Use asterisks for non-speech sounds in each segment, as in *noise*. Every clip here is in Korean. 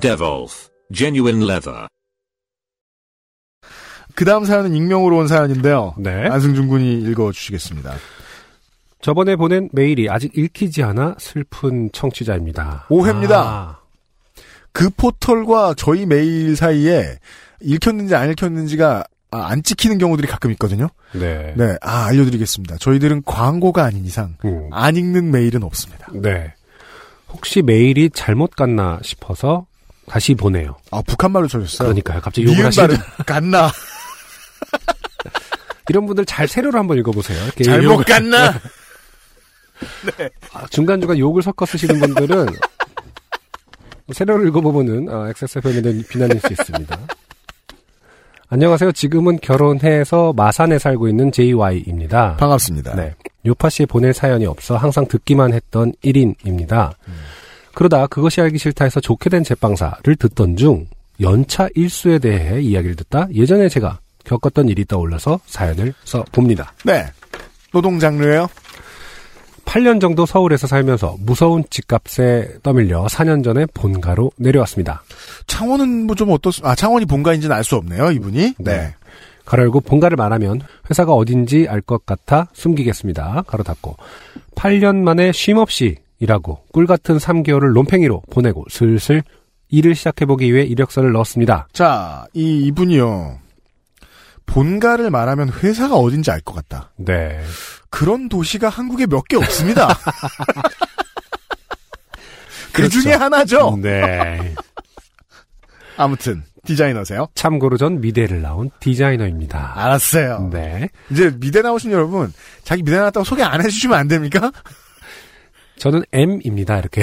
Devolf, genuine leather. 그 다음 사연은 익명으로 온 사연인데요. 네. 어, 안승준 군이 읽어주시겠습니다. 저번에 보낸 메일이 아직 읽히지 않아 슬픈 청취자입니다. 오해입니다. 아, 그 포털과 저희 메일 사이에 읽혔는지 안 읽혔는지가 아, 안 찍히는 경우들이 가끔 있거든요. 네. 네, 아, 알려드리겠습니다. 저희들은 광고가 아닌 이상 음, 안 읽는 메일은 없습니다. 네. 혹시 메일이 잘못 갔나 싶어서 다시 보내요. 아, 북한말로 쳐줬어요. 그러니까요. 갑자기 욕을 니은 하시는 발음 *laughs* 갔나? 이런 분들 잘 세로로 한번 읽어보세요. 이렇게 잘못 그 욕을- 네. 갔나? 아, 중간중간 욕을 섞어 쓰시는 분들은 *laughs* 세로를 읽어보면은 아, XSFM에 대한 비난일 수 있습니다. 안녕하세요. 지금은 결혼해서 마산에 살고 있는 JY입니다. 반갑습니다. 네. 요파 씨에 보낼 사연이 없어 항상 듣기만 했던 1인입니다. 그러다 그것이 알기 싫다 해서 좋게 된 제빵사를 듣던 중 연차 일수에 대해 이야기를 듣다 예전에 제가 겪었던 일이 떠올라서 사연을 써 봅니다. 네. 노동 장르예요? 8년 정도 서울에서 살면서 무서운 집값에 떠밀려 4년 전에 본가로 내려왔습니다. 창원은 뭐 좀 어떻, 아, 창원이 본가인지는 알 수 없네요, 이분이. 네. 가로 열고 본가를 말하면 회사가 어딘지 알 것 같아 숨기겠습니다. 가로 닫고 8년 만에 쉼 없이 일하고 꿀 같은 3개월을 롬팽이로 보내고 슬슬 일을 시작해보기 위해 이력서를 넣었습니다. 자, 이, 이분이요. 본가를 말하면 회사가 어딘지 알 것 같다. 네. 그런 도시가 한국에 몇 개 *laughs* 없습니다. 그 그렇죠. 중에 하나죠. 네. 아무튼 디자이너세요. 참고로 전 미대를 나온 디자이너입니다. 알았어요. 네. 이제 미대 나오신 여러분, 자기 미대 나왔다고 소개 안 해주시면 안 됩니까? 저는 M입니다. 이렇게.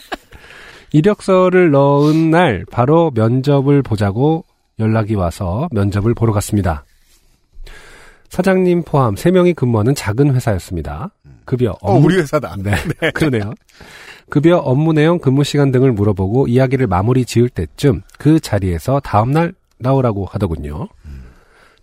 *laughs* 이력서를 넣은 날 바로 면접을 보자고 연락이 와서 면접을 보러 갔습니다. 사장님 포함 3명이 근무하는 작은 회사였습니다. 급여 어, 우리 회사다. *laughs* 네, 그러네요. 급여 업무 내용 근무 시간 등을 물어보고 이야기를 마무리 지을 때쯤 그 자리에서 다음날 나오라고 하더군요.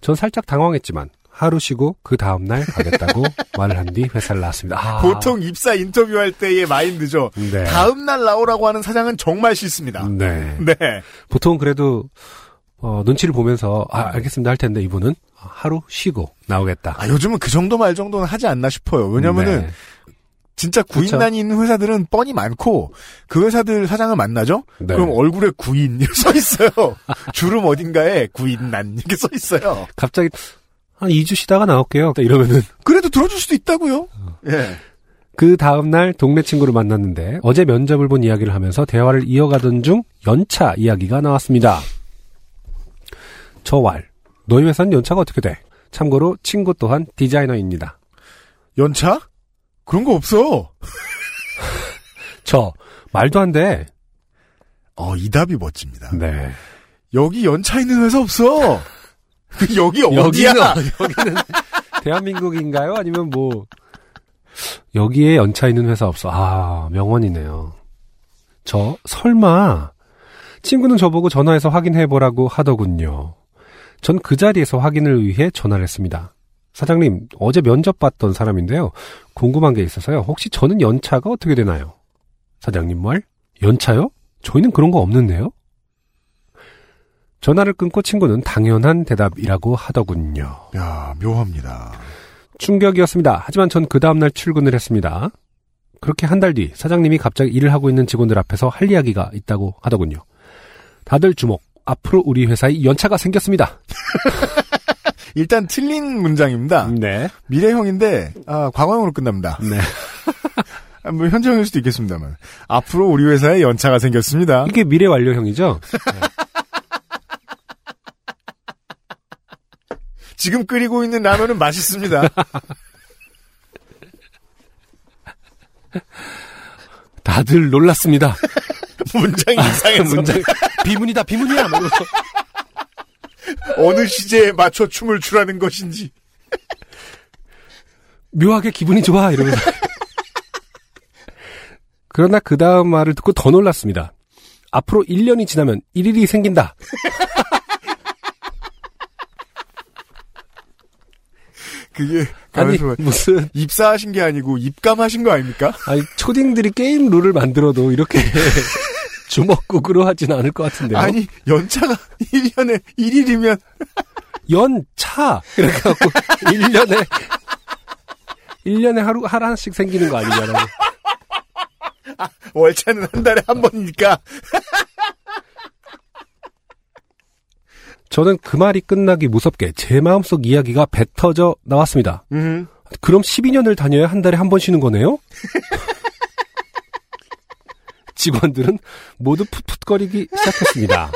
전 살짝 당황했지만 하루 쉬고 그 *laughs* 다음날 가겠다고 말을 한 뒤 회사를 나왔습니다. 아, 보통 입사 인터뷰할 때의 마인드죠. 네. 다음 날 나오라고 하는 사장은 정말 싫습니다. 네. 네. 보통 그래도 어, 눈치를 보면서 아 알겠습니다 할 텐데 이분은 하루 쉬고 나오겠다. 아, 요즘은 그 정도 말 정도는 하지 않나 싶어요. 왜냐면은 네. 진짜 구인난이 있는 회사들은 뻔히 많고 그 회사들 사장을 만나죠. 네. 그럼 얼굴에 구인 이렇게 써 있어요. 주름 어딘가에 구인난 이렇게 써 있어요. 갑자기 한 2주 쉬다가 나올게요. 이러면은 그래도 들어줄 수도 있다고요. 예. 그 다음날 동네 친구를 만났는데 어제 면접을 본 이야기를 하면서 대화를 이어가던 중 연차 이야기가 나왔습니다. 저왈 너희 회사는 연차가 어떻게 돼? 참고로 친구 또한 디자이너입니다. 연차? 그런 거 없어. 저 말도 안 돼. 어, 이 답이 멋집니다. 네. 여기 연차 있는 회사 없어. *laughs* 그 여기 어디야? 여기는, 여기는 *laughs* 대한민국인가요? 아니면 뭐 여기에 연차 있는 회사 없어. 아 명언이네요. 저 설마 친구는 저보고 전화해서 확인해 보라고 하더군요. 전 그 자리에서 확인을 위해 전화를 했습니다. 사장님 어제 면접 봤던 사람인데요. 궁금한 게 있어서요. 혹시 저는 연차가 어떻게 되나요? 사장님 말? 연차요? 저희는 그런 거 없는데요. 전화를 끊고 친구는 당연한 대답이라고 하더군요. 야, 묘합니다. 충격이었습니다. 하지만 전 그 다음날 출근을 했습니다. 그렇게 한 달 뒤 사장님이 갑자기 일을 하고 있는 직원들 앞에서 할 이야기가 있다고 하더군요. 다들 주목. 앞으로 우리 회사에 연차가 생겼습니다. 일단 틀린 문장입니다. 네. 미래형인데 아, 과거형으로 끝납니다. 네. *laughs* 아, 뭐 현재형일 수도 있겠습니다만. 앞으로 우리 회사에 연차가 생겼습니다. 이게 미래 완료형이죠? 지금 끓이고 있는 라면은 맛있습니다. 다 다들 *laughs* 놀랐습니다. 그 문장이 *laughs* 이상해서 문장 비문이다 비문이야. 막 이러면서 어느 시제에 맞춰 춤을 추라는 것인지 묘하게 기분이 좋아 이러면서. 그러나 그 다음 말을 듣고 더 놀랐습니다. 앞으로 1년이 지나면 1일이 생긴다. 그게 아니 가만있어 봐. 무슨 입사하신 게 아니고 입감하신 거 아닙니까? 아니 초딩들이 게임 룰을 만들어도 이렇게 *laughs* 주먹구구로 하진 않을 것 같은데요. 아니 연차가 *laughs* 1년에 1일이면 연차 이렇게 갖고 *laughs* 1년에 1년에 하루 하나씩 생기는 거 아니냐라고. 월차는 한 달에 한 번이니까 저는 그 말이 끝나기 무섭게 제 마음속 이야기가 뱉어져 나왔습니다. 음. 그럼 12년을 다녀야 한 달에 한 번 쉬는 거네요? *laughs* 직원들은 모두 풋풋거리기 시작했습니다.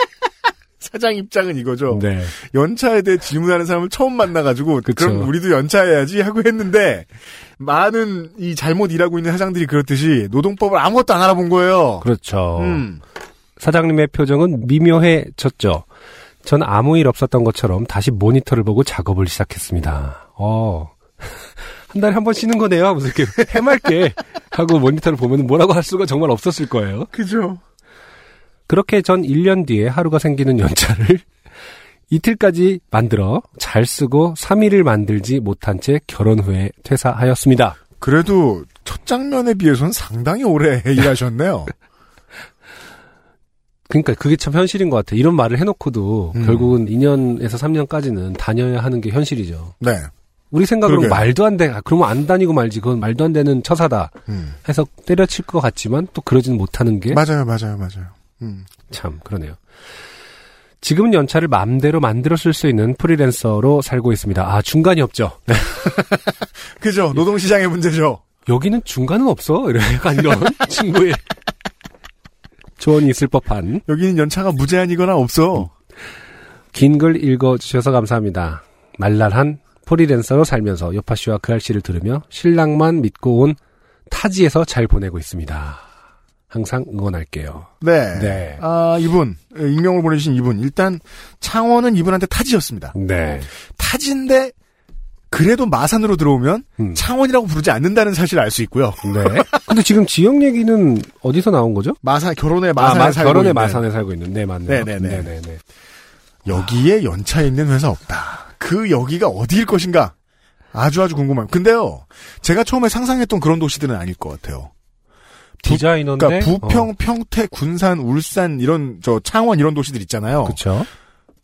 사장 입장은 이거죠. 네. 연차에 대해 질문하는 사람을 처음 만나가지고 그 그쵸. 럼 우리도 연차해야지 하고 했는데 많은 이 잘못 일하고 있는 사장들이 그렇듯이 노동법을 아무것도 안 알아본 거예요. 그렇죠. 음. 사장님의 표정은 미묘해졌죠. 전 아무 일 없었던 것처럼 다시 모니터를 보고 작업을 시작했습니다. 어. *laughs* 한 달에 한 번 쉬는 거네요. 무슨 이렇게 *laughs* 해맑게 하고 모니터를 보면 뭐라고 할 수가 정말 없었을 거예요. 그죠. 그렇게 전 1년 뒤에 하루가 생기는 연차를 *laughs* 이틀까지 만들어 잘 쓰고 3일을 만들지 못한 채 결혼 후에 퇴사하였습니다. 그래도 첫 장면에 비해서는 상당히 오래 *laughs* 일하셨네요. 그러니까 그게 참 현실인 것 같아요. 이런 말을 해놓고도 음. 결국은 2년에서 3년까지는 다녀야 하는 게 현실이죠. 네. 우리 생각으로 그러게요. 말도 안 돼. 아, 그러면 안 다니고 말지. 그건 말도 안 되는 처사다. 음. 해서 때려칠 것 같지만 또 그러지는 못하는 게 맞아요, 참 맞아요, 맞아요. 음. 그러네요. 지금은 연차를 마음대로 만들어 쓸 수 있는 프리랜서로 살고 있습니다. 아, 중간이 없죠. 네. 그죠. 노동시장의 문제죠. 여기는 중간은 없어. *laughs* 이런 약간 이런 친구의 조언이 있을 법한 여기는 연차가 무제한이거나 없어. 긴 글 읽어주셔서 감사합니다. 말랄한 프리랜서로 살면서 여파씨와 그할씨를 들으며 신랑만 믿고 온 타지에서 잘 보내고 있습니다. 항상 응원할게요. 네. 네. 아, 이분, 익명을 보내주신 이분. 일단, 창원은 이분한테 타지였습니다. 네. 타지인데, 그래도 마산으로 들어오면 음. 창원이라고 부르지 않는다는 사실을 알 수 있고요. 네. 근데 지금 지역 얘기는 어디서 나온 거죠? 마산, 결혼에 마산에 아, 마- 살고 결혼에 있는. 마산에 살고 있는. 네, 맞네요. 네네네. 네네네. 여기에 연차 있는 회사 없다. 그 여기가 어디일 것인가? 아주 아주 궁금함. 근데요, 제가 처음에 상상했던 그런 도시들은 아닐 것 같아요. 디자이너인데. 어. 그러니까 부평, 평택, 군산, 울산 이런 저 창원 이런 도시들 있잖아요. 그렇죠.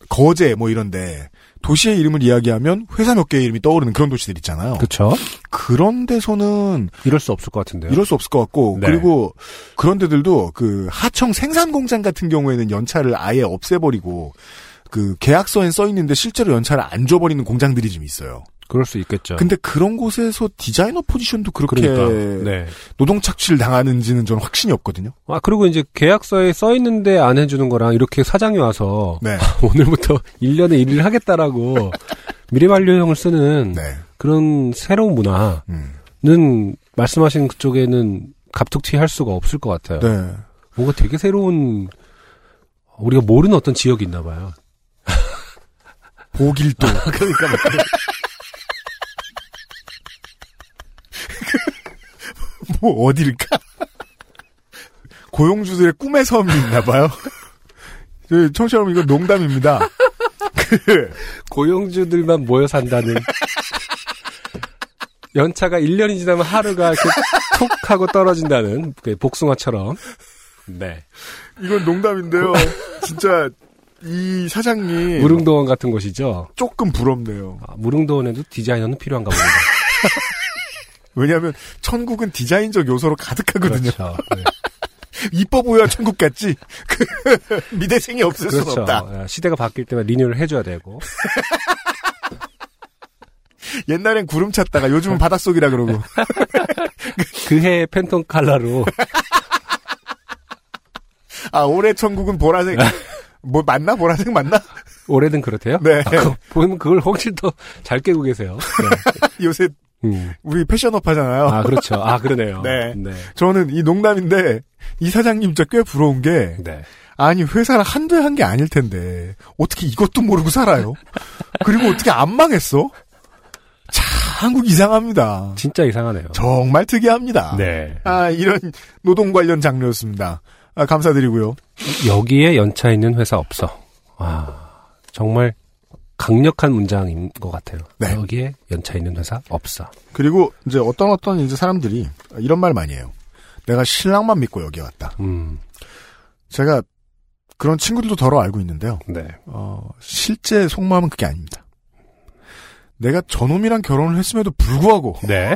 거제 뭐 이런데 도시의 이름을 이야기하면 회사 몇 개의 이름이 떠오르는 그런 도시들 있잖아요. 그렇죠. 그런 데서는 이럴 수 없을 것 같은데요. 이럴 수 없을 것 같고 네. 그리고 그런 데들도 그 하청 생산 공장 같은 경우에는 연차를 아예 없애버리고 그 계약서엔 써 있는데 실제로 연차를 안 줘버리는 공장들이 좀 있어요. 그럴 수 있겠죠. 근데 그런 곳에서 디자이너 포지션도 그렇게 네. 그러니까. 네. 노동 착취를 당하는지는 저는 확신이 없거든요. 아 그리고 이제 계약서에 써 있는데 안 해주는 거랑 이렇게 사장이 와서 네, *laughs* 오늘부터 1년에 *laughs* 일을 하겠다라고 미래 반려형을 쓰는 네, 그런 새로운 문화는 음. 말씀하신 그쪽에는 갑툭튀 할 수가 없을 것 같아요. 네. 뭔가 되게 새로운 우리가 모르는 어떤 지역이 있나 봐요. 보길도 *laughs* 그러니까 *laughs* 뭐 어딜까? 고용주들의 꿈의 섬이 있나 봐요. 저희 청취자 여러분 이건 농담입니다. *laughs* 그, 그 고용주들만 모여 산다는 *laughs* 연차가 1년이 지나면 하루가 이렇게 톡 하고 떨어진다는 그 복숭아처럼 네. 이건 농담인데요. 진짜 이 예. 사장님 무릉도원 같은 곳이죠. 조금 부럽네요. 아, 무릉도원에도 디자이너는 필요한가 봅니다. 왜냐하면 천국은 디자인적 요소로 가득하거든요. *laughs* 그렇죠. *laughs* 네. 이뻐 보여야 천국 같지. *laughs* 그, 미대생이 없을 수 그렇죠. 순 없다. 예, 시대가 바뀔 때마다 리뉴얼을 해줘야 되고. 옛날엔 구름 찾다가 요즘은 바닷속이라 그러고. 그해 팬톤 *laughs* 칼라로. 아 올해 천국은 보라색. 네. 뭐 맞나 보라색 맞나? *laughs* 올해는 그렇대요? 네. 아, 그거 보면 그걸 훨씬 더 잘 깨고 계세요. 네. 요새 음. 우리 패션업 하잖아요. 아, 그렇죠. 아, 그러네요. 네. 네. 저는 이 농담인데 이 사장님 진짜 꽤 부러운 게 네. 아니 회사를 한두 해 한 게 아닐 텐데 어떻게 이것도 모르고 살아요? 그리고 어떻게 안 망했어? 참 한국 이상합니다. 진짜 이상하네요. 정말 특이합니다. 네. 아 이런 노동 관련 장르였습니다. 아, 감사드리고요. 여기에 연차 있는 회사 없어. 아, 정말 강력한 문장인 것 같아요. 네. 여기에 연차 있는 회사 없어. 그리고 이제 어떤 어떤 이제 사람들이 이런 말 많이 해요. 내가 신랑만 믿고 여기 왔다. 음, 제가 그런 친구들도 덜어 알고 있는데요. 네. 어, 실제 속마음은 그게 아닙니다. 내가 저놈이랑 결혼을 했음에도 불구하고 네.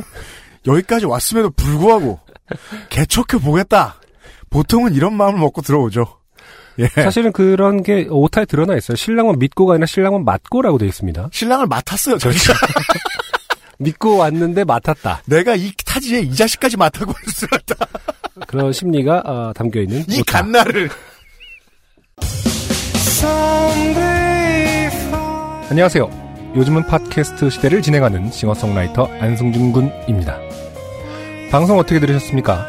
여기까지 왔음에도 불구하고 개척해 보겠다. 보통은 이런 마음을 먹고 들어오죠. 예. 사실은 그런 게 오타에 드러나 있어요. 신랑은 믿고가 아니라 신랑은 맞고라고 되어 있습니다. 신랑을 맡았어요. 저희 *laughs* 믿고 왔는데 맡았다. 내가 이 타지에 이 자식까지 맡아고 있을 다 그런 심리가 아, 담겨 있는 이 오타. 갓나를. 안녕하세요. 요즘은 팟캐스트 시대를 진행하는 싱어송라이터 안승준 군입니다. 방송 어떻게 들으셨습니까?